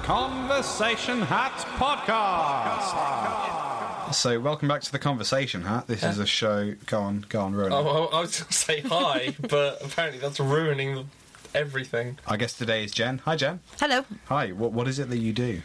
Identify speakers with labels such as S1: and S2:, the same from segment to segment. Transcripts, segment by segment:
S1: Conversation Hat Podcast. So, welcome back to the Conversation Hat. This is a show. Go on, go on, ruin it.
S2: Oh, I I was going to say hi, but apparently that's ruining everything.
S1: Our guest today is Jen. Hi, Jen.
S3: Hello.
S1: Hi. What What is it that you do?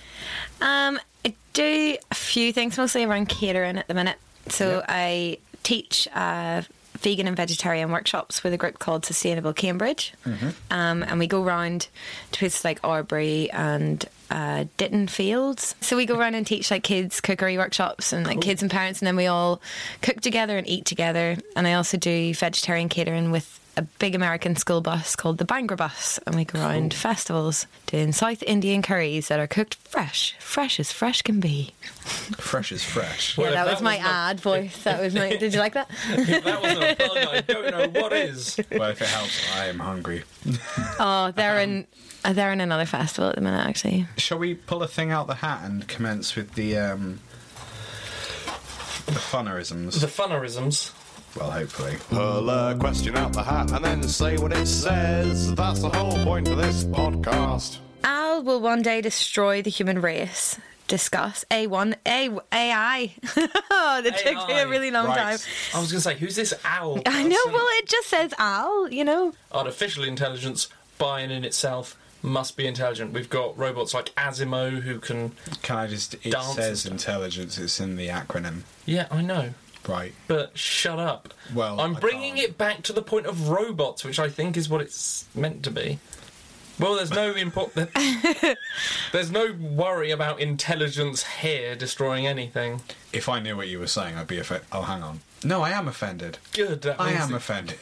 S3: Um, I do a few things, mostly around catering at the minute. So I teach uh, vegan and vegetarian workshops with a group called Sustainable Cambridge,
S2: Mm-hmm.
S3: um, and we go round to places like Arbury and uh, Ditton Fields. So we go around and teach like kids cookery workshops and like kids and parents, and then we all cook together and eat together. And I also do vegetarian catering with a big American school bus called the Bangor Bus, and we go around festivals doing South Indian curries that are cooked fresh, fresh as fresh can be.
S1: Fresh is fresh.
S2: Well,
S3: yeah,
S2: if
S3: that,
S2: that
S3: was my uh,
S2: wasn't a-
S3: ad voice. That was my. did you like that?
S2: If that wasn't a plug, I don't know what is.
S1: well, if it helps, I am hungry.
S3: Oh, they're in. uh, They're in another festival at the minute, actually.
S1: Shall we pull a thing out the hat and commence with the um, the funnerisms?
S2: The funnerisms.
S1: Well, hopefully.
S4: Pull a question out the hat and then say what it says. That's the whole point of this podcast.
S3: Al will one day destroy the human race. Discuss A1, A, AI. oh, that took me
S2: AI,
S3: a really long
S1: right.
S3: time.
S2: I was going to say, who's this owl?
S3: I know,
S2: person?
S3: well, it just says Al, you know.
S2: Artificial intelligence, by and in itself, must be intelligent. We've got robots like Asimo who can.
S1: Can I just? It
S2: Dance and
S1: says
S2: stuff.
S1: intelligence. It's in the acronym,
S2: Yeah, I know.
S1: right?
S2: But shut up.
S1: Well,
S2: I'm
S1: I
S2: bringing
S1: can't.
S2: it back to the point of robots, which I think is what it's meant to be. Well, there's no important. there's no worry about intelligence here destroying anything.
S1: If I knew what you were saying, I'd be offended. Oh, hang on. No, I am offended.
S2: Good. That
S1: I
S2: means
S1: am
S2: that-
S1: offended.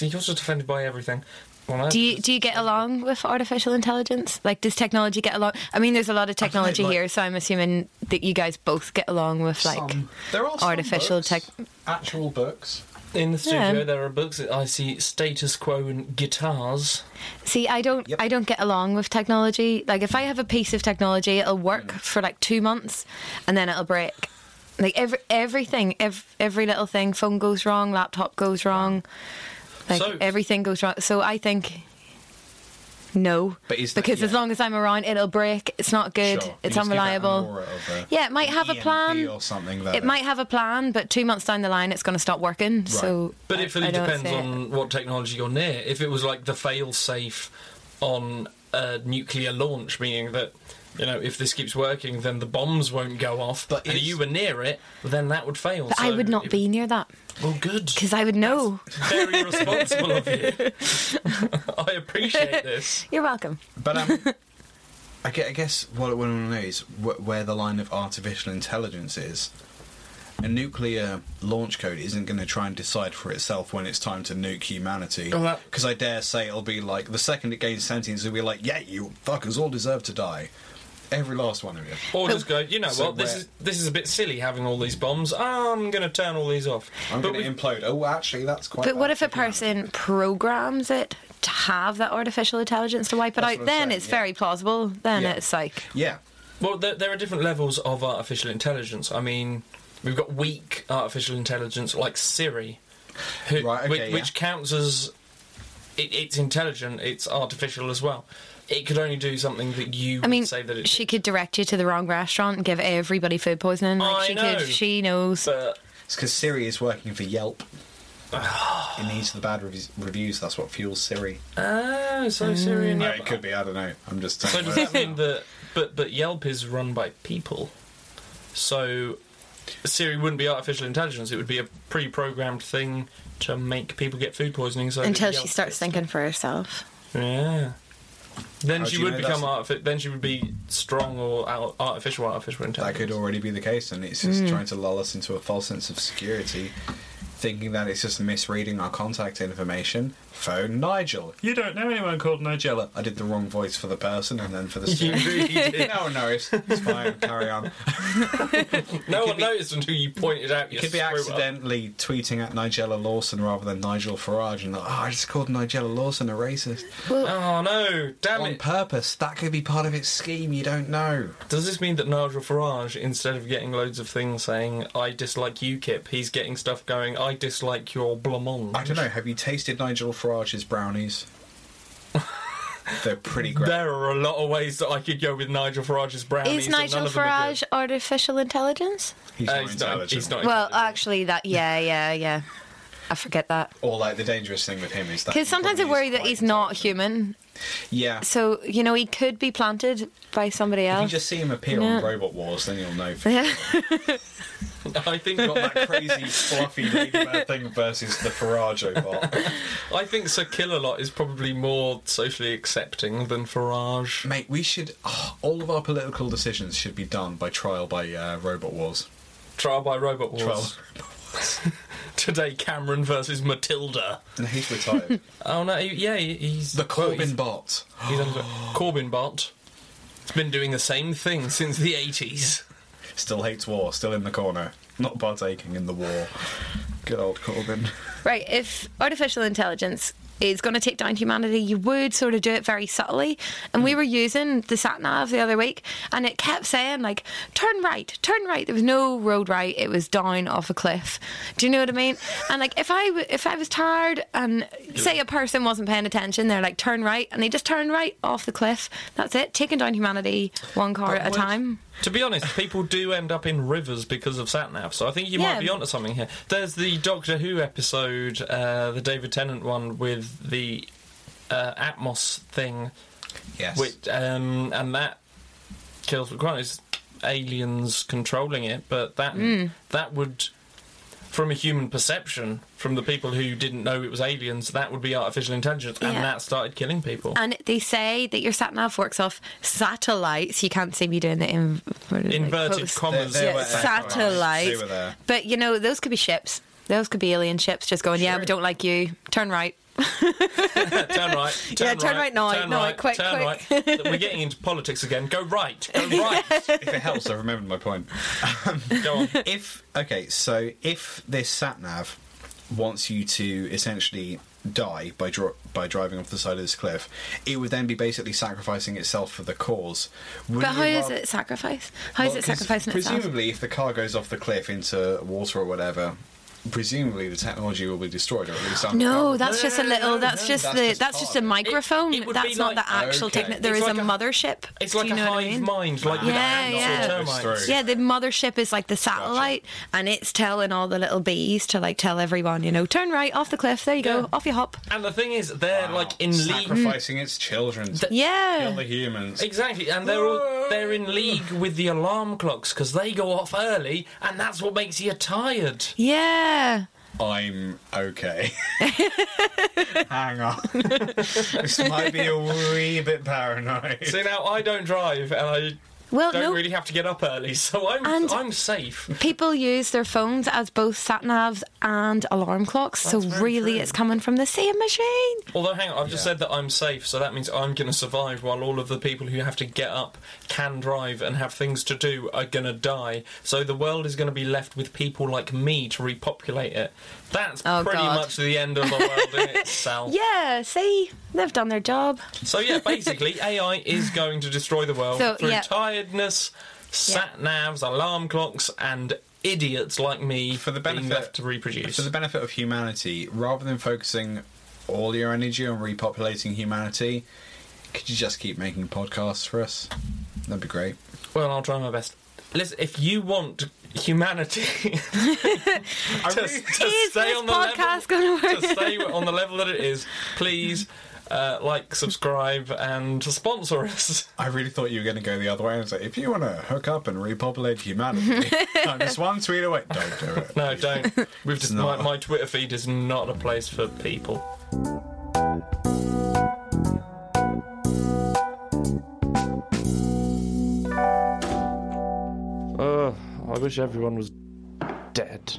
S2: You're just offended by everything. Well, I-
S3: Do you, do you get along with artificial intelligence? Like, does technology get along? I mean, there's a lot of technology
S1: like-
S3: here, so I'm assuming that you guys both get along with, like.
S1: Some. there are some
S3: artificial
S1: books,
S3: tech-
S1: actual books.
S2: In the studio,
S3: Yeah.
S2: there are books. that I see status quo and guitars.
S3: See, I don't,
S1: Yep.
S3: I don't get along with technology. Like, if I have a piece of technology, it'll work
S1: Mm.
S3: for like two months, and then it'll break. Like every everything, every, every little thing. Phone goes wrong, laptop goes wrong, like
S2: So-
S3: everything goes wrong. So I think no,
S1: But is that-
S3: because as
S1: yeah.
S3: long as I'm around, it'll break. It's not good.
S1: Sure.
S3: It's
S1: You just give it an
S3: unreliable.
S1: aura of a-
S3: Yeah, it might have a
S1: EMP
S3: plan.
S1: or something. That
S3: It might have a plan, but two months down the line, it's going to stop working. So,
S2: But
S3: I-
S2: it fully
S3: I don't
S2: depends
S3: see it.
S2: on what technology you're near. If it was like the fail safe on a nuclear launch, meaning that you know if this keeps working, then the bombs won't go off.
S1: But
S2: and if
S1: it's-
S2: you were near it, then that would fail.
S3: But I
S2: so
S3: would not
S2: it-
S3: be near that
S2: Well, good.
S3: because I would know.
S2: Very responsible of you. I appreciate this.
S3: You're welcome.
S1: But um, I gue- I guess what I want to know is wh- where the line of artificial intelligence is. A nuclear launch code isn't going to try and decide for itself when it's time to nuke humanity.
S2: Oh, that-
S1: Because I dare say it'll be like the second it gains sentience, it'll be like, yeah, you fuckers all deserve to die. Every last one of you.
S2: Or just go, you know
S1: So
S2: what? This
S1: where-
S2: is this is a bit silly having all these bombs. I'm going to turn all these off.
S1: I'm
S2: but
S1: going to
S2: we've-
S1: implode. Oh, actually, that's quite.
S3: But what
S1: bad
S3: if a
S1: for humanity.
S3: person programs it to have that artificial intelligence to wipe it
S1: That's what
S3: out?
S1: I'm
S3: Then
S1: saying,
S3: it's
S1: yeah.
S3: very plausible. Then
S1: Yeah.
S3: it's like,
S1: Yeah.
S2: Well, there, there are different levels of artificial intelligence. I mean, we've got weak artificial intelligence like Siri, who,
S1: Right, okay,
S2: which,
S1: yeah.
S2: which counts as it, it's intelligent, it's artificial as well. It could only do something that you
S3: I mean,
S2: would say that it.
S3: she could direct you to the wrong restaurant and give everybody food poisoning. Like
S2: I
S3: she
S2: know.
S3: could, she knows.
S2: but
S1: It's because Siri is working for Yelp. it needs the bad reviews, reviews. That's what fuels Siri.
S2: oh, so Siri and
S1: No,
S2: Yelp.
S1: it could be. Mm. I don't know. I'm just.
S2: So
S1: saying
S2: does that mean that? But but Yelp is run by people, so Siri wouldn't be artificial intelligence. It would be a pre-programmed thing to make people get food poisoning. So that
S3: until she
S2: Yelp
S3: starts
S2: gets-
S3: thinking for herself.
S2: Yeah. Then
S1: How do
S2: she
S1: you
S2: would
S1: know
S2: become
S1: that's-
S2: artifi- then she would be strong or al- artificial artificial
S1: that
S2: intelligence.
S1: could already be the case, and it's
S2: Hmm.
S1: just trying to lull us into a false sense of security, thinking that it's just misreading our contact information. Phone Nigel. You don't know anyone called Nigella. I did the wrong voice for the person, and then for the
S2: You
S1: Siri.
S2: really did.
S1: no one knows. It's fine. Carry on.
S2: no one noticed until you pointed out.
S1: You
S2: You
S1: could be accidentally tweeting at Nigella Lawson rather than Nigel Farage, and like, oh, I just called Nigella Lawson a racist
S2: Oh no! Damn
S1: on
S2: it!
S1: purpose. That could be part of its scheme. You don't know.
S2: Does this mean that Nigel Farage, instead of getting loads of things saying "I dislike UKIP," he's getting stuff going "I dislike your blancmange"?
S1: I don't know. Have you tasted Nigel Farage's brownies? They're pretty great.
S2: There are a lot of ways that I could go with Nigel Farage's brownies.
S3: Is Nigel Farage artificial intelligence?
S1: he's,
S2: Uh,
S1: not
S2: he's not.
S1: intelligent.
S2: He's not.
S3: Well,
S2: intelligent.
S3: actually, that yeah, yeah, yeah. I forget that
S1: Or like the dangerous thing with him is that
S3: because sometimes I
S1: probably
S3: worry
S1: is
S3: that
S1: quite
S3: he's not
S1: intelligent.
S3: human.
S1: Yeah.
S3: So you know, he could be planted by somebody
S1: if you
S3: else.
S1: just see him appear
S3: Yeah.
S1: on Robot Wars, then you'll know.
S3: Yeah.
S2: I think
S1: Got that crazy fluffy ladybird thing versus the Farage bot.
S2: I think Sir Killalot is probably more socially accepting than Farage.
S1: Mate, we should. oh, all of our political decisions should be done by trial by uh, Robot Wars.
S2: Trial by Robot Wars.
S1: Trial.
S2: Today, Cameron versus Matilda.
S1: No, he's retired.
S2: Oh no, he- yeah, he- he's
S1: the
S2: well,
S1: Corbyn bot.
S2: He's, he's under, Corbyn Bot. It's been doing the same thing since the eighties.
S1: Still hates war. Still in the corner. Not partaking in the war. Good old Corbyn.
S3: Right, if artificial intelligence is going to take down humanity, you would sort of do it very subtly. And we were using the sat nav the other week, and it kept saying like, "Turn right, turn right." There was no road right; it was down off a cliff. Do you know what I mean? And like, if I w- if I was tired and say a person wasn't paying attention, they're like, "Turn right," and they just turn right off the cliff. That's it, taking down humanity one car at a
S1: would-
S3: time.
S2: To be honest, people do end up in rivers because of satnav. So I think you
S3: Yeah.
S2: might be onto something here. There's the Doctor Who episode, uh, the David Tennant one with the uh, Atmos thing,
S1: Yes.
S2: which um, and that kills quite is aliens controlling it, but that
S3: Hmm.
S2: that would. From a human perception, from the people who didn't know it was aliens, that would be artificial intelligence, and
S3: Yeah.
S2: that started killing people.
S3: And they say that your sat nav works off satellites. You can't see me doing the in-
S2: Inverted
S3: quotes.
S2: commas.
S1: They- they
S3: Yeah,
S1: were
S3: satellites.
S1: satellites. They were there.
S3: But you know, those could be ships. Those could be alien ships just going, yeah,
S2: Sure.
S3: we don't like you. Turn right.
S2: turn right. Turn
S3: Yeah, turn right now,
S2: Turn
S3: now,
S2: right.
S3: quick,
S2: turn
S3: quick.
S2: right. We're getting into politics again. Go right. Go right.
S1: if it helps, I remembered my point.
S2: Go on.
S1: If okay, so if this sat nav wants you to essentially die by dro- by driving off the side of this cliff, it would then be basically sacrificing itself for the cause. Would
S3: But
S1: you
S3: how is
S1: rather-
S3: it sacrifice? How is
S1: Well,
S3: it
S1: 'cause
S3: sacrificing itself?
S1: Presumably, if the car goes off the cliff into water or whatever, presumably the technology will be destroyed, or at least I'm
S3: No, that's just a
S2: no,
S3: little.
S2: no,
S3: that's
S2: no,
S3: just
S1: that's
S3: the.
S1: just
S3: that's just a
S1: part of it.
S3: microphone.
S2: It- it would be
S3: that's not
S2: like-
S3: the actual
S1: Okay.
S3: technique. There is
S2: It's
S3: a,
S2: like a-
S3: mothership.
S2: It's
S3: Do
S2: like
S3: you know
S2: a
S3: what I
S2: hive
S3: mean?
S2: mind, like with
S3: Yeah,
S2: ants
S3: yeah.
S2: or termites.
S1: Through.
S3: Yeah, the mothership is like the satellite, and it's telling all the little bees to like tell everyone, you know, turn right off the cliff. There you
S2: Yeah.
S3: go, off you hop.
S2: And the thing is, they're
S1: Wow.
S2: like in league.
S1: sacrificing its children to kill the
S3: Yeah,
S1: humans.
S2: Exactly, and they're all they're in league with the alarm clocks because they go off early, and that's what makes you tired.
S3: yeah.
S1: I'm okay. Hang on, this might be a wee bit paranoid.
S2: See now, I don't drive, and I
S3: Well,
S2: don't
S3: no,
S2: really have to get up early, so I'm
S3: And-
S2: I'm safe.
S3: people use their phones as both sat navs and alarm clocks, so
S2: That's very
S3: really,
S2: true.
S3: it's coming from the same machine.
S2: Although, hang on, I've just
S1: Yeah.
S2: said that I'm safe, so that means I'm going to survive while all of the people who have to get up, can drive, and have things to do are going to die. So the world is going to be left with people like me to repopulate it. That's
S3: Oh,
S2: pretty
S3: God.
S2: much the end of the world in itself.
S3: Yeah, see, they've done their job.
S2: So, yeah, basically, AI is going to destroy the world
S3: So,
S2: through
S3: yeah.
S2: tiredness, sat navs, alarm clocks, and idiots like me
S1: For the
S2: being
S1: benefit-
S2: left to reproduce.
S1: For the benefit of humanity, rather than focusing all your energy on repopulating humanity, could you just keep making podcasts for us? That'd be great.
S2: Well, I'll try my best. Listen, if you want humanity to, to
S3: Is
S2: stay
S3: this
S2: on the
S3: podcast
S2: level,
S3: gonna work?
S2: to stay on the level that it is, please uh, like, subscribe, and sponsor us.
S1: I really thought you were going to go the other way and say, if you want to hook up and repopulate humanity, I'm just one tweet away. Don't do it.
S2: No, don't. We've just my,
S1: not.
S2: my Twitter feed is not a place for people. Ugh, Uh, I wish everyone was dead.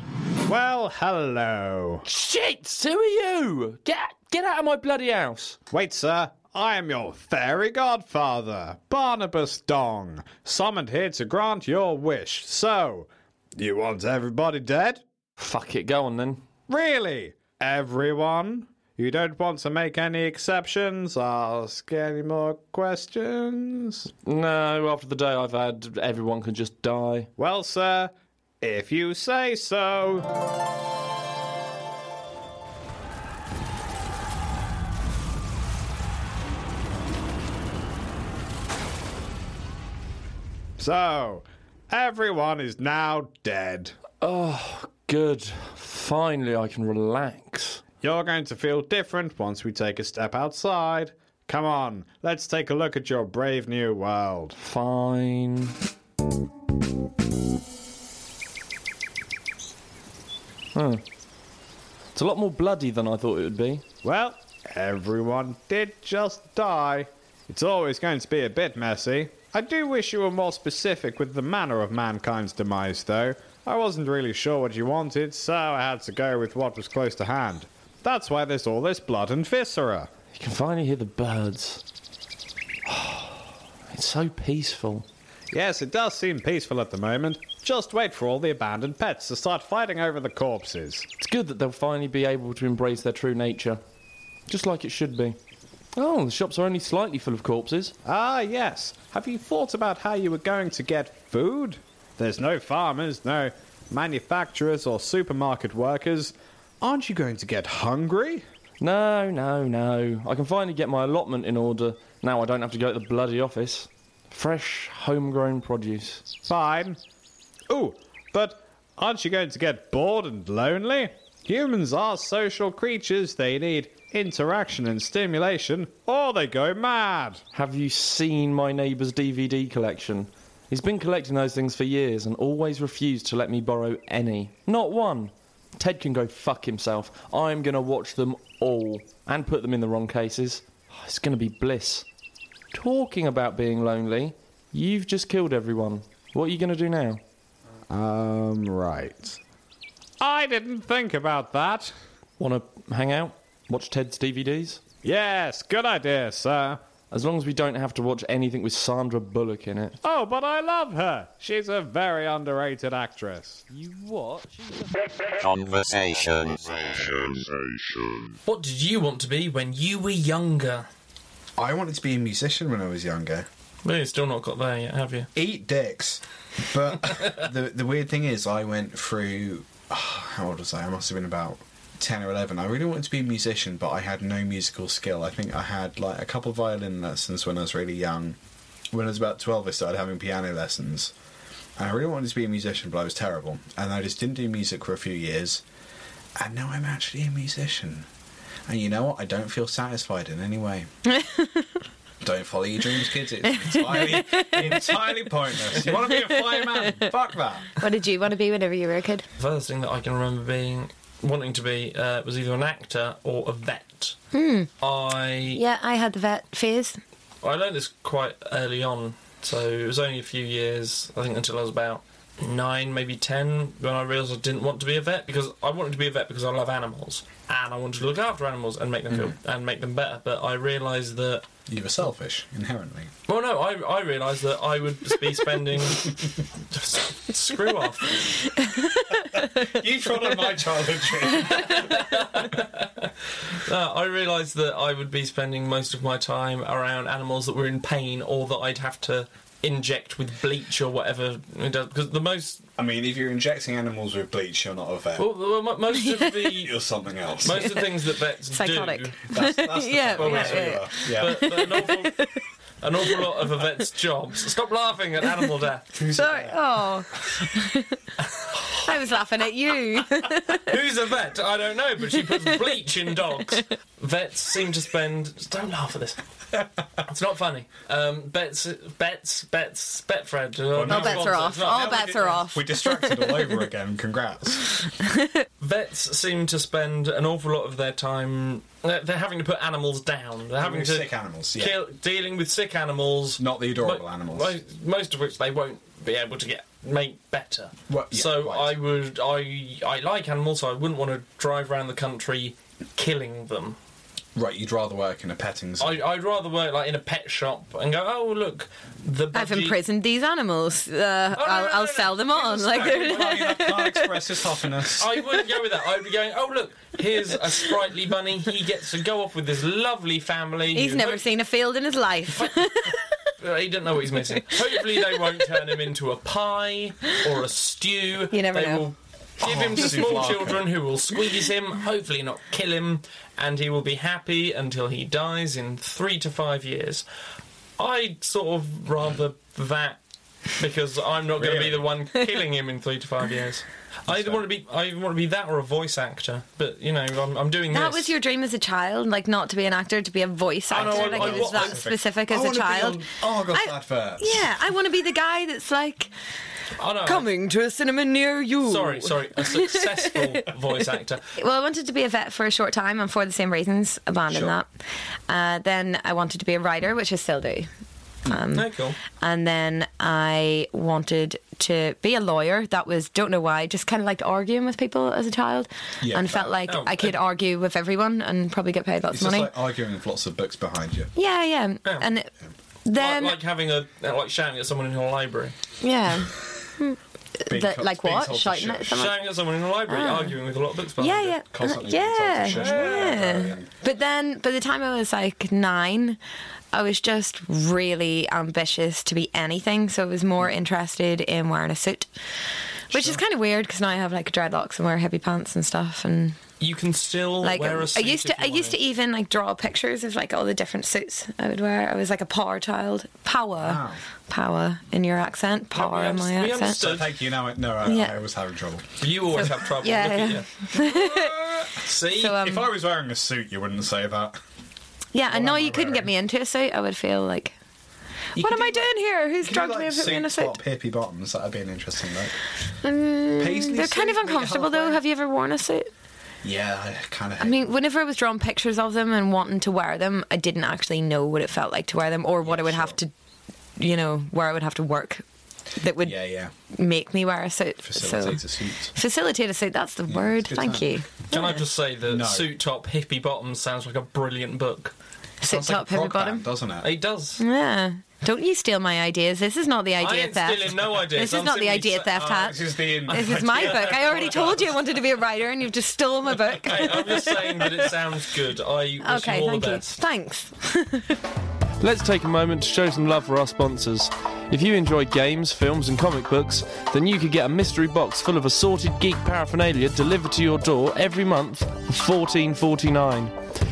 S5: Well, hello.
S2: Shit! Who are you? Get get out of my bloody house!
S5: Wait, sir. I am your fairy godfather, Barnabas Dong, summoned here to grant your wish. So, you want everybody dead?
S2: Fuck it, go on then.
S5: Really? Everyone? You don't want to make any exceptions? Ask any more questions?
S2: No, after the day I've had, everyone can just die.
S5: Well, sir, if you say so. So, everyone is now dead.
S6: Good. Finally, I can relax.
S5: You're going to feel different once we take a step outside. Come on, let's take a look at your brave new world.
S6: Fine. Huh. It's a lot more bloody than I thought it would be.
S5: Well, everyone did just die. It's always going to be a bit messy. I do wish you were more specific with the manner of mankind's demise, though. I wasn't really sure what you wanted, so I had to go with what was close to hand. That's why there's all this blood and viscera.
S6: You can finally hear the birds. It's so peaceful.
S5: Yes, it does seem peaceful at the moment. Just wait for all the abandoned pets to start fighting over the corpses.
S6: It's good that they'll finally be able to embrace their true nature, just like it should be. Oh, the shops are only slightly full of corpses.
S5: Ah, yes. Have you thought about how you were going to get food? There's no farmers, no manufacturers or supermarket workers. Aren't you going to get hungry?
S6: No, no, no. I can finally get my allotment in order. Now I don't have to go to the bloody office. Fresh, homegrown produce.
S5: Fine. Ooh, but aren't you going to get bored and lonely? Humans are social creatures. They need interaction and stimulation, or they go mad.
S6: Have you seen my neighbour's DVD collection? He's been collecting those things for years and always refused to let me borrow any. Not one. Ted can go fuck himself. I'm gonna watch them all and put them in the wrong cases. It's gonna be bliss. Talking about being lonely, you've just killed everyone. What are you gonna do now?
S5: Um, right. I didn't think about that.
S6: Wanna hang out? Watch Ted's DVDs?
S5: Yes, good idea, sir.
S6: As long as we don't have to watch anything with Sandra Bullock in it.
S5: Oh, but I love her. She's a very underrated actress.
S6: You what?
S7: Conversations.
S2: What did you want to be when you were younger?
S1: I wanted to be a musician when I was younger.
S2: Well, you've still not got there yet, have you?
S1: Eat dicks. But the the weird thing is, I went through. ah, how old was I? I must have been about ten or eleven. I really wanted to be a musician, but I had no musical skill. I think I had like a couple of violin lessons when I was really young. When I was about twelve, I started having piano lessons. And I really wanted to be a musician, but I was terrible, and I just didn't do music for a few years. And now I'm actually a musician. And you know what? I don't feel satisfied in any way. Don't follow your dreams, kids. It's entirely, entirely pointless. You want to be a fireman? Fuck that.
S3: What did you want to be whenever you were a kid?
S2: The first thing that I can remember being wanting to be uh, was either an actor or a vet. I
S3: Yeah, I had the vet phase.
S2: I learned this quite early on, so it was only a few years, I think, until I was about nine, maybe ten, when I realised I didn't want to be a vet because I wanted to be a vet because I love animals and I wanted to look after animals and make them feel and make them better. But I realised that.
S1: You were selfish inherently.
S2: Well, no, I, I realised that I would be spending. screw off.
S1: You trod on my childhood dream.
S2: Uh, I realised that I would be spending most of my time around animals that were in pain or that I'd have to inject with bleach or whatever. It does- Because the most,
S1: I mean, if you're injecting animals with bleach, you're not a vet.
S2: well, well, mo- most of the
S1: You're something else.
S2: most of the things that vets
S3: Psychotic.
S2: do,
S1: That's, that's
S3: Yeah,
S2: Oh,
S1: the
S3: yeah,
S1: yeah,
S3: yeah.
S1: yeah.
S2: but, but an, awful, an awful lot of a vet's jobs. Stop laughing at animal death.
S3: Sorry. Oh. I was laughing at you.
S2: Who's a vet? I don't know, but she puts bleach in dogs. Vets seem to spend. Don't laugh at this. It's not funny. Um, bets, bets, bets, Betfred. uh,
S1: no.
S3: All Oh, bets are off.
S2: sponsor. No,
S3: All bets are off.
S1: We're distracted all over again. Congrats.
S2: vets seem to spend an awful lot of their time. They're, they're having to put animals down. They're having
S1: With
S2: to
S1: sick animals, yeah.
S2: kill- dealing with sick animals,
S1: Not the adorable
S2: mo-
S1: animals.
S2: mo- most of which they won't be able to get make better.
S1: Well, yeah,
S2: so
S1: quite.
S2: I would, I, I like animals, so I wouldn't want to drive around the country killing them.
S1: Right, you'd rather work in a petting zoo.
S2: I, I'd rather work like in a pet shop and go, oh look, the
S3: I've
S2: budgie-
S3: imprisoned these animals. Uh,
S2: Oh, no,
S3: I'll,
S2: no,
S3: I'll
S2: no,
S3: sell them on. Like they're-
S1: Well, you can't express his hoffiness.
S2: I wouldn't go with that. I'd be going, oh, look, here's a sprightly bunny. He gets to go off with this lovely family.
S3: he's
S2: who
S3: never
S2: hope-
S3: seen a field in his life.
S2: Uh, He doesn't know what he's missing. Hopefully, they won't turn him into a pie or a stew.
S3: You never
S2: they
S3: know.
S2: Will give him to
S1: Oh,
S2: small
S1: souvlaki.
S2: children who will squeeze him, hopefully not kill him, and he will be happy until he dies in three to five years. I'd sort of rather that because I'm not going to
S1: Really?
S2: be the one killing him in three to five years. I either want to be I either want to be that or a voice actor, but you know I'm, I'm doing
S3: That
S2: this.
S3: was your dream as a child, like not to be an actor, to be a voice
S2: I
S3: actor.
S2: know, I-
S3: like
S2: I-
S3: it was
S2: I-
S3: that specific
S1: I
S3: as a
S1: wanna be
S3: child.
S1: on Argos
S3: I-
S1: adverts.
S3: Yeah, I want to be the guy that's like
S2: I know,
S3: coming to a cinema near you.
S2: Uh, Sorry, sorry, a successful voice actor.
S3: Well, I wanted to be a vet for a short time, and for the same reasons,
S1: Sure.
S3: abandoned that. Uh, then I wanted to be a writer, which I still do. Um,
S2: No, cool.
S3: And then I wanted to be a lawyer. That was, don't know why, just kind of liked arguing with people as a child
S1: Yeah,
S3: and
S1: that-
S3: felt like
S2: oh,
S3: I could
S2: and-
S3: argue with everyone and probably get paid lots
S1: It's
S3: of
S1: just
S3: money.
S1: like arguing with lots of books behind you.
S3: yeah, yeah,
S2: Yeah.
S3: And it- then,
S2: like, like having a like shouting at someone in your library,
S3: yeah.
S1: Being
S3: That-
S1: co-
S3: like
S1: being
S3: what?
S1: told to
S3: Shouting at
S1: shush.
S3: someone? Ah.
S2: shouting at someone in your library, arguing with a lot of books. behind
S3: Yeah,
S2: you.
S3: yeah,
S1: Constantly being told to
S3: yeah,
S1: shush.
S3: yeah. But then, by the time I was like nine, I was just really ambitious to be anything. So I was more interested in wearing a suit, which is kind of weird because now I have like dreadlocks and wear heavy pants and stuff. And
S2: You can still
S3: like
S2: wear a
S3: I
S2: suit
S3: used
S2: if
S3: to, I
S2: you
S3: used to
S2: wanted.
S3: even like draw pictures of like all the different suits I would wear. I was like a power child, power,
S1: Wow.
S3: power in your accent, power in my
S2: underst- we
S3: accent.
S2: understood.
S1: So thank you. Now, I- no, I,
S3: Yeah.
S1: I was having trouble.
S2: You always have trouble.
S3: Yeah,
S2: Look
S3: yeah.
S2: At you. See,
S3: So, um,
S1: if I was wearing a suit, you wouldn't say that.
S3: yeah, I
S1: what
S3: know
S1: am
S3: you
S1: I
S3: couldn't get
S1: wearing?
S3: me into a suit. I would feel like.
S1: You
S3: what
S1: could
S3: am I
S1: do,
S3: doing here? Who's
S1: could do,
S3: drugged
S1: like,
S3: me and put me in a
S1: suit
S3: suit?
S1: top, hippie bottoms. That'd be an interesting look. Paisley
S3: Um, They're
S1: suit,
S3: kind of
S1: meet
S3: uncomfortable though.
S1: halfway.
S3: Have you ever worn a suit?
S1: Yeah, I kind of.
S3: I mean, whenever I was drawing pictures of them and wanting to wear them, I didn't actually know what it felt like to wear them or what I would have to, you know, where I would have to work that would
S1: yeah, yeah.
S3: make me wear a suit.
S1: Facilitates
S3: so,
S1: a suit.
S3: facilitate a suit. That's the word.
S1: it's a good
S3: Thank
S1: time.
S3: you.
S2: can I just say that
S1: No.
S2: suit top hippie bottom sounds like a brilliant book.
S3: Suit
S1: Sounds like
S3: top,
S1: a prog
S3: heavy bottom.
S1: band, doesn't it?
S2: It does.
S3: Yeah. Don't you steal my ideas. This is not the
S2: I
S3: idea
S2: ain't
S3: theft.
S2: stealing no ideas.
S3: This is
S2: I'm
S3: not the
S2: simply
S3: idea
S2: sa-
S3: theft
S2: Oh,
S3: hat.
S1: This is the in-
S3: This is my book. I already told you I wanted to be a writer, and you've just stolen my book.
S2: Hey, I'm just saying that it sounds good. I wish
S3: Okay,
S2: you all
S3: thank
S2: the
S3: you.
S2: best.
S3: Thanks.
S6: Let's take a moment to show some love for our sponsors. If you enjoy games, films, and comic books, then you could get a mystery box full of assorted geek paraphernalia delivered to your door every month for $14.49.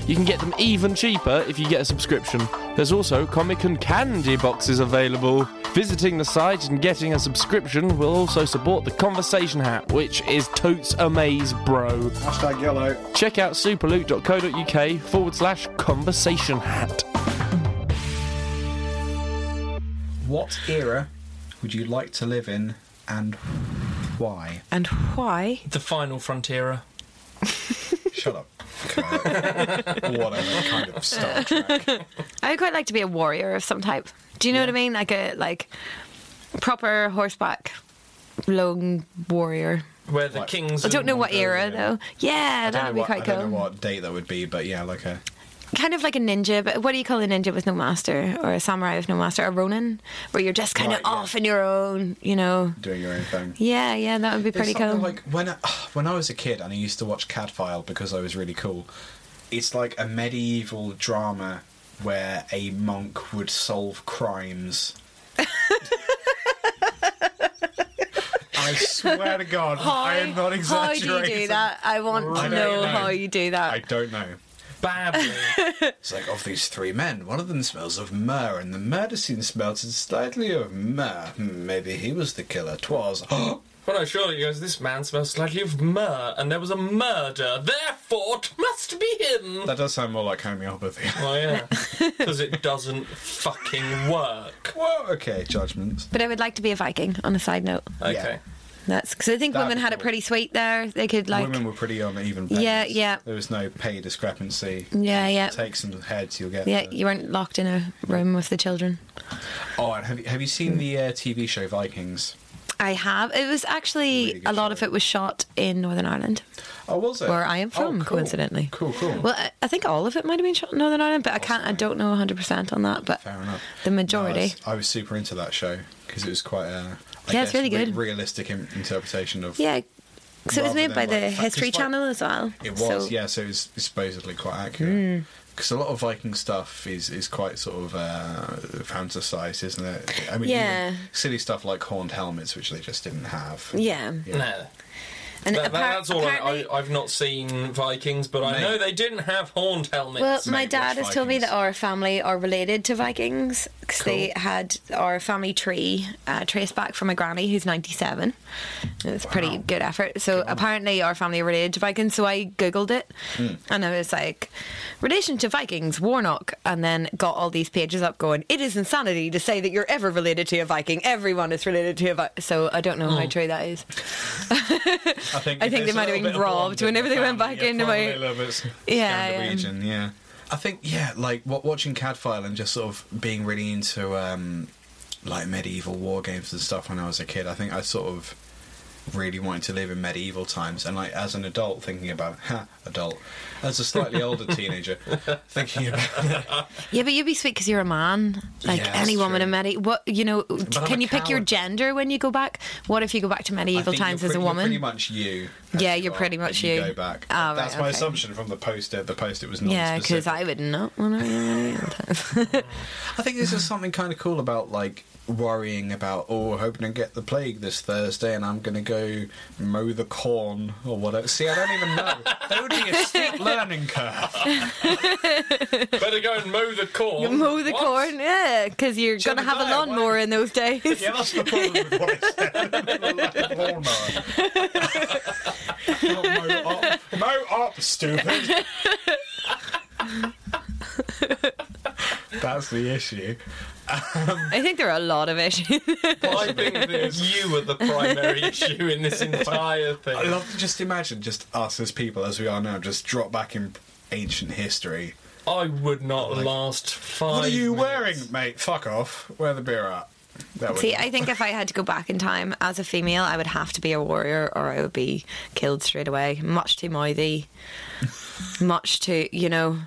S6: You can get them even cheaper if you get a subscription. There's also comic and candy boxes available. Visiting the site and getting a subscription will also support the Conversation Hat, which is totes amaze bro.
S5: Hashtag yellow.
S6: Check out superloot.co.uk forward slash conversation hat.
S1: What era would you like to live in, and why?
S3: And why?
S2: The final frontier.
S1: Shut up. Whatever kind of Star Trek.
S3: I would quite like to be a warrior of some type. Do you know what I mean? Like a like proper horseback lone warrior.
S2: where the
S1: Like-
S2: kings.
S3: I don't
S2: and-
S3: know what era
S1: Mongolian.
S3: though. Yeah,
S1: I don't
S3: that
S1: know
S3: would be
S1: what-
S3: quite
S1: I don't know
S3: cool.
S1: what date that would be, but yeah, like a
S3: Kind of like a ninja, but what do you call a ninja with no master, or a samurai with no master, a ronin, where you're just kind
S1: Right,
S3: of
S1: yeah.
S3: off in your own, you know?
S1: doing your own thing.
S3: Yeah, yeah, that would be
S1: There's
S3: pretty cool.
S1: something Like when I, when I was a kid and I used to watch Cadfile because I was really cool. It's like a medieval drama where a monk would solve crimes. I swear to God, I am not
S3: how
S1: exaggerating.
S3: do you do that? I want
S1: I
S3: to
S1: don't
S3: know,
S1: know.
S3: how you do that.
S1: I don't know.
S2: Babbling.
S1: It's like of these three men, one of them smells of myrrh, and the murder scene smells slightly of myrrh. Hmm, Maybe he was the killer. Twas.
S2: well, no, surely he goes. This man smells slightly of myrrh, and there was a murder. Therefore, it must be him.
S1: that does sound more like homeopathy.
S2: Oh yeah, because it doesn't fucking work.
S1: Whoa, okay, judgments.
S3: But I would like to be a Viking. On a side note,
S2: Okay.
S3: that's because I think
S1: That'd
S3: women
S1: be
S3: had it
S1: cool.
S3: pretty sweet there. They could like
S1: Women were pretty on even.
S3: Yeah,
S1: pace.
S3: yeah.
S1: There was no pay discrepancy.
S3: Yeah, yeah.
S1: Take some heads, you'll get.
S3: Yeah,
S1: the-
S3: you weren't locked in a room with the children.
S1: Oh, and have you, have you seen the uh, TV show Vikings?
S3: I have. It was
S1: Really
S3: actually
S1: good
S3: a lot of
S1: show.
S3: it was shot in Northern Ireland,
S1: Oh, was it?
S3: where I am
S1: Oh,
S3: from,
S1: cool.
S3: coincidentally.
S1: Cool, cool.
S3: Well, I, I think all of it might have been shot in Northern Ireland, but I can't. I don't know 100 percent on that, but
S1: Fair enough.
S3: the majority.
S1: No, I, was, I was super into that show because it was quite a. I
S3: Yeah, it's
S1: guess,
S3: really
S1: re-
S3: good.
S1: realistic in- interpretation of.
S3: yeah. So it was
S1: Rather
S3: made
S1: than
S3: by the
S1: like- 'cause
S3: History
S1: like-
S3: Channel as well.
S1: It was,
S3: So- Hmm.
S1: yeah. So it was supposedly quite accurate. Because a lot of Viking stuff is, is quite sort of uh, fantasized, isn't it? I mean,
S3: Yeah.
S1: even silly stuff like horned helmets, which they just didn't have.
S3: Yeah.
S1: Yeah.
S2: No.
S3: And
S2: That, that,
S3: appar-
S2: that's all. I,
S3: apparently-
S2: I, I've not seen Vikings, but I
S1: Mate.
S2: know they didn't have horned helmets.
S3: Well, my
S1: Mate,
S3: dad
S1: watch
S3: has told me that
S1: Vikings.
S3: our family are related to Vikings because they had our family tree uh, traced back from a granny who's 97. It was pretty good effort. So apparently our family are related to Vikings. So I googled it and I was like, relation to Vikings, Warnock, and then got all these pages up going, it is insanity to say that you're ever related to a Viking. Everyone is related to a Viking. So I don't know how true that is.
S1: I think,
S3: I
S1: if
S3: think
S1: there's
S3: they
S1: a little
S3: might have been
S1: bit of blonde
S3: robbed
S1: in
S3: whenever
S1: the
S3: they went
S1: family,
S3: back
S1: yeah,
S3: into
S1: probably
S3: my-
S1: a little bit Sc-
S3: Yeah, yeah.
S1: Scandinavian, yeah. I think yeah, like wa watching Cadfile and just sort of being really into um, like medieval war games and stuff when I was a kid. I think I sort of really wanted to live in medieval times and like as an adult thinking about ha adult as a slightly older teenager thinking about
S3: Yeah, but you'd be sweet because you're a man. Like
S1: Yeah, that's
S3: any woman
S1: true.
S3: in medieval, what you know?
S1: I'm
S3: can
S1: a
S3: you pick your
S1: coward.
S3: gender when you go back? What if you go back to
S1: I
S3: medieval
S1: think you're
S3: times
S1: pretty-
S3: as a
S1: you're
S3: woman?
S1: pretty much you as
S3: Yeah, you're
S1: are
S3: pretty
S1: when
S3: much
S1: you
S3: you.
S1: go back
S3: Ah,
S1: that's
S3: right,
S1: my
S3: okay.
S1: assumption from the poster the poster was not
S3: yeah, because I would not want to.
S1: I think this is something kind of cool about like worrying about oh hoping to get the plague this Thursday and I'm gonna go mow the corn or whatever. See, I don't even know. there would be a steep learning curve.
S2: Better go and mow the
S1: Oh,
S2: corn.
S3: Mow the
S2: What?
S3: corn, yeah, because you're
S1: Shall
S3: gonna
S1: we
S3: have a
S1: buy it? Why-
S3: lawnmower in those days.
S1: Yeah, that's the problem with what it said. Lawnmower. Not mow up. Mow up, stupid. That's the issue.
S3: I think there are a lot of issues.
S2: I think that you are the primary issue in this entire thing.
S1: I love to just imagine just us as people as we are now just drop back in ancient history
S2: I would not last five.
S1: What are you
S2: minutes.
S1: wearing, mate? Fuck off. Where the beer at? That would
S3: See, I think if I had to go back in time as a female, I would have to be a warrior, or I would be killed straight away. Much too mouthy, much too, you know,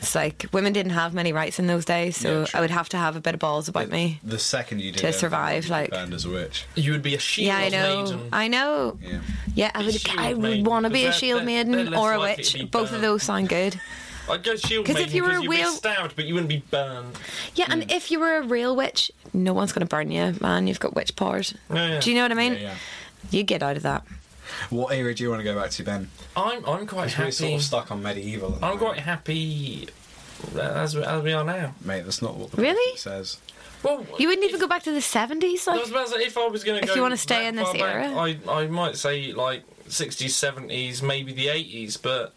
S3: it's like women didn't have many rights in those days, so
S1: Yeah, true.
S3: I would have to have a bit of balls about me.
S1: the second you did
S3: To
S1: anything,
S3: survive,
S1: you'd be
S3: like-
S1: banned as a witch.
S2: You would be a shield
S3: Yeah, I know.
S2: E maiden.
S3: I know.
S1: Yeah.
S3: Yeah, I
S2: A
S3: would.
S2: shield
S3: I would
S2: maiden,
S3: want to be a
S2: 'cause they're-
S3: shield
S2: they're-
S3: maiden
S2: they're
S3: or a
S2: less likely to be
S3: witch. Both of
S2: burned.
S3: those sound good.
S2: I'd go shield
S3: 'Cause
S2: maiden
S3: if you were a
S2: you'd be
S3: real-
S2: stabbed, but you wouldn't be burned.
S3: Yeah, and
S2: Mm.
S3: if you were a real witch, no one's going to burn you, man. You've got witch powers.
S2: Yeah, yeah.
S3: Do you know what I mean?
S1: Yeah, yeah.
S3: You get out of that.
S1: What era do you want to go back to, Ben?
S2: I'm I'm quite
S1: Because we're sort
S2: happy.
S1: of stuck on medieval. at the
S2: I'm quite
S1: moment.
S2: happy as we, as we are now.
S1: Mate, that's not what the
S3: Really?
S1: poster says.
S2: Well,
S3: You wouldn't even go back to the seventies,
S2: I
S3: like.
S2: was about to say, if I was going to
S3: If
S2: go,
S3: you wanna stay
S2: that
S3: in this
S2: far back,
S3: era?
S2: I I might say like 60s, 70s, maybe the 80s, but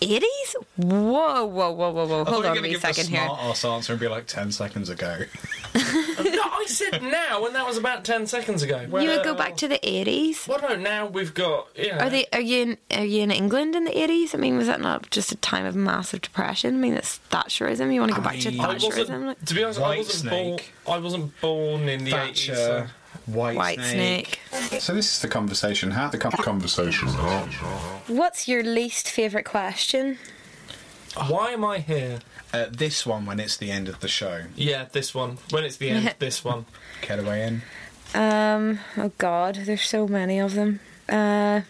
S3: eighties? Whoa, whoa, whoa, whoa, whoa!
S1: I thought
S3: Hold
S1: you were
S3: on
S1: gonna
S3: a wee
S1: give the
S3: second here.
S1: smart ass answer and be like ten seconds ago.
S2: no, I said now, and that was about 10 seconds ago.
S3: You would go back to the eighties.
S2: Well, no, now we've got. You know,
S3: Are they? Are you? In, are you in England in the eighties? I mean, was that not just a time of massive depression? I mean, that's Thatcherism. You want to go
S1: I
S3: back to
S1: mean, I
S2: I
S3: Thatcherism? Like,
S2: wasn't, to be honest, I
S1: White
S2: wasn't, born,
S1: Snake.
S2: I wasn't born in the 80s. so-
S1: Thatcher, White,
S3: White Snake.
S1: So this is the conversation hat. The conversation.
S3: What's your least favorite question?
S2: Why am I here?
S1: Uh, this one when it's the end of the show.
S2: Yeah, this one. When it's the end, this one.
S1: Getaway in.
S3: Um. Oh God, there's so many of them. Uh.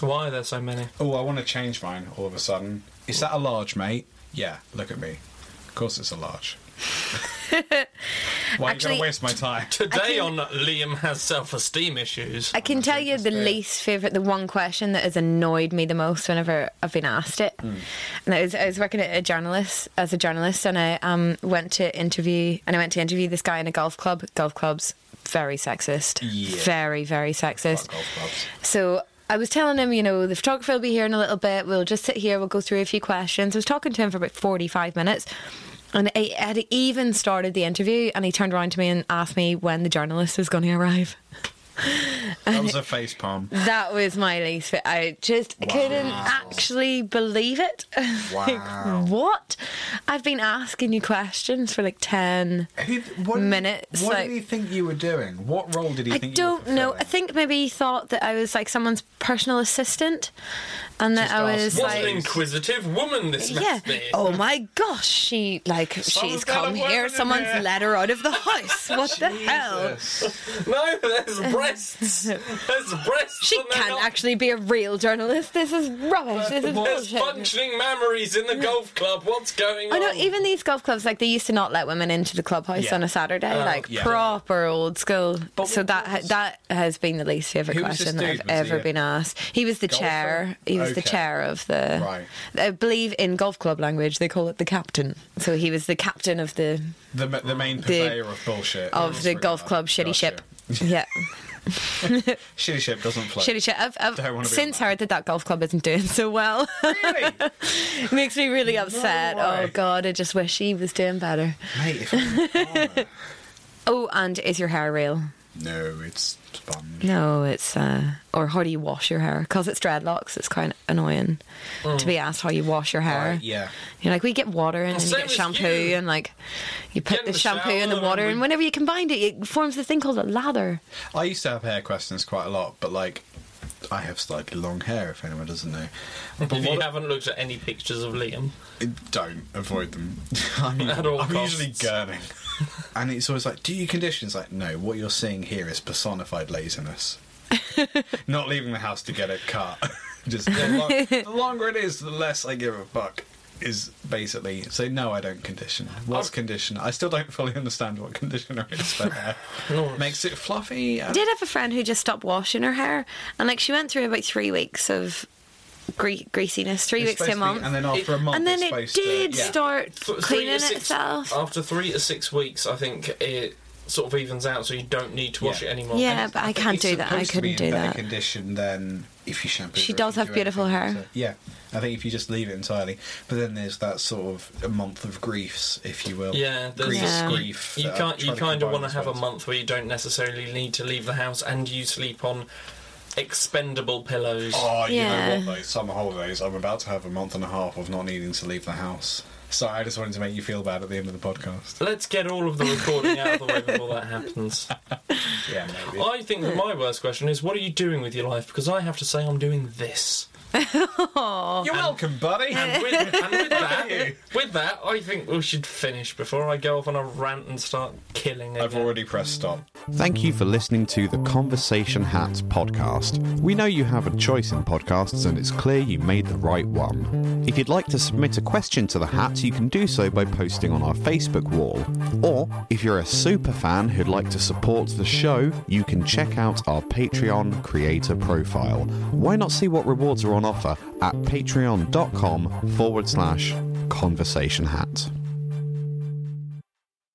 S2: Why are there so many?
S1: Oh, I want to change mine all of a sudden. Is that a large, mate? Yeah, look at me. Of course it's a large. Why are you going
S3: Actually-
S1: to waste my time?
S2: Today
S3: can-
S2: on Liam has self esteem issues.
S3: I can tell you the
S1: mistake.
S3: least favorite, the one question that has annoyed me the most whenever I've been asked it.
S1: Hmm.
S3: And I was, I was working at a journalist as a journalist, and I um, went to interview, and I went to interview this guy in a golf club. Golf clubs very sexist,
S1: Yeah.
S3: very very sexist.
S1: Fuck off, Bubs.
S3: So I was telling him, you know, the photographer will be here in a little bit. We'll just sit here. We'll go through a few questions. I was talking to him for about 45 minutes. And I had even started the interview, and he turned around to me and asked me when the journalist was going to arrive.
S1: That was a face palm.
S3: That was my least fit. I just couldn't actually believe it.
S1: Wow.
S3: like, what? I've been asking you questions for like 10.
S1: Who, what
S3: Minutes,
S1: What
S3: like-
S1: did he think you were doing? What role did he
S3: I
S1: think
S3: don't
S1: you were
S3: know. I
S1: fulfilling?
S3: think maybe he thought that I was like someone's personal assistant and that
S1: Just
S3: I
S1: ask
S3: was
S1: them.
S2: What
S3: like.
S2: an inquisitive woman this must
S3: yeah.
S2: be.
S3: Oh my gosh, she like she's
S1: got a
S3: come
S1: woman
S3: here.
S1: in
S3: Someone's
S1: there.
S3: let her out of the house. What the hell?
S2: No, there's breasts. There's breasts.
S3: She
S2: and they're
S3: can't
S2: not-
S3: actually be a real journalist. This is rubbish. This
S2: There's
S3: is bullshit.
S2: functioning memories in the golf club. What's going on?
S3: I know even these golf clubs, like they used to not let women into the clubhouse
S1: Yeah. Oh,
S3: on a Saturday, like
S1: yeah.
S3: proper old school.
S2: But
S3: so
S2: what
S3: that ha- that has been the least favorite
S1: Who was this
S3: question that I've
S1: dude? Was he
S3: ever
S1: a-
S3: been dumbass. He was the
S1: Golfer?
S3: chair. He was the
S1: Okay.
S3: chair of the.
S1: Right.
S3: I believe in golf club language they call it the captain. So he was the captain of the
S1: The, ma- the main purveyor of bullshit.
S3: of the
S1: Sorry,
S3: golf
S1: man.
S3: club shitty
S1: Gotcha.
S3: ship. Yeah,
S1: Shitty ship doesn't play.
S3: shitty ship. I've,
S1: Don't
S3: I've
S1: wanna be on
S3: since
S1: that.
S3: heard that that golf club isn't doing so well.
S1: Really?
S3: it makes me really upset. oh
S1: way.
S3: God, I just wish he was doing better.
S1: Mate, if I'm calmer.
S3: Oh, and is your hair real?
S1: No, it's sponge.
S3: No, it's uh, or how do you wash your hair? Because it's dreadlocks, it's quite annoying to be asked how you wash your hair.
S1: Right, yeah.
S3: You're like, we get water and then you
S2: same
S3: get
S2: as
S3: shampoo
S2: you.
S3: and like you put
S2: in
S3: the,
S2: the
S3: shampoo and the
S2: shower
S3: water
S2: and
S3: and
S2: we-
S3: whenever you combine it, it forms this thing called a lather.
S1: I used to have hair questions quite a lot, but like, I have slightly long hair. If anyone doesn't know, but
S2: If you
S1: what-
S2: haven't looked at any pictures of Liam,
S1: don't avoid them. I'm,
S2: At all
S1: I'm
S2: costs.
S1: usually gurning, and it's always like, do you condition? It's like, no. What you're seeing here is personified laziness. Not leaving the house to get it cut. Just the, lo- the longer it is, the less I give a fuck. Is basically so. No, I don't conditioner. What's
S2: Oh.
S1: conditioner? I still don't fully understand what conditioner is for hair. Makes it fluffy.
S3: I
S1: and
S3: did have a friend who just stopped washing her hair and like she went through about three weeks of gre- greasiness, three
S1: It's
S3: weeks to a
S1: supposed
S3: month.
S1: and then after a month,
S3: and
S1: it's
S3: then it
S1: supposed
S3: did
S1: to, yeah.
S3: start
S2: Th- three
S3: cleaning
S2: to six-
S3: itself.
S2: After three to six weeks, I think it sort of evens out, so you don't need to wash
S1: Yeah.
S2: it anymore.
S3: Yeah,
S2: And
S3: but I
S1: think
S3: can't
S1: it's
S3: do that. I
S1: supposed to be
S3: couldn't
S1: in
S3: do
S1: better
S3: that.
S1: condition than if you shampoo.
S3: She
S1: it,
S3: does
S1: if you
S3: have
S1: do
S3: beautiful
S1: anything.
S3: hair.
S1: So, yeah, I think if you just leave it entirely, but then there's that sort of a month of griefs, if you will.
S2: Yeah, there's
S1: grief,
S3: Yeah.
S1: grief.
S2: You
S1: that
S2: can't.
S1: I've
S2: You
S1: tried
S2: kind of
S1: combine
S2: want uh, to
S1: as
S2: have a
S1: well.
S2: month where you don't necessarily need to leave the house, and you sleep on expendable pillows.
S1: Oh, you
S3: Yeah.
S1: know what? Though summer holidays, I'm about to have a month and a half of not needing to leave the house. Sorry, I just wanted to make you feel bad at the end of the podcast.
S2: Let's get all of the recording out of the way before that happens.
S1: Yeah, maybe.
S2: I think that my worst question is, what are you doing with your life? Because I have to say, I'm doing this. Oh,
S1: You're welcome, buddy.
S2: And with, and with that, with that, I think we should finish before I go off on a rant and start killing.
S1: I've
S2: again.
S1: already pressed stop.
S4: Thank you for listening to the Conversation Hats podcast. We know you have a choice in podcasts, and it's clear you made the right one. If you'd like to submit a question to the Hats, you can do so by posting on our Facebook wall. Or, if you're a super fan who'd like to support the show, you can check out our Patreon creator profile. Why not see what rewards are on offer at patreon.com forward slash conversation hat?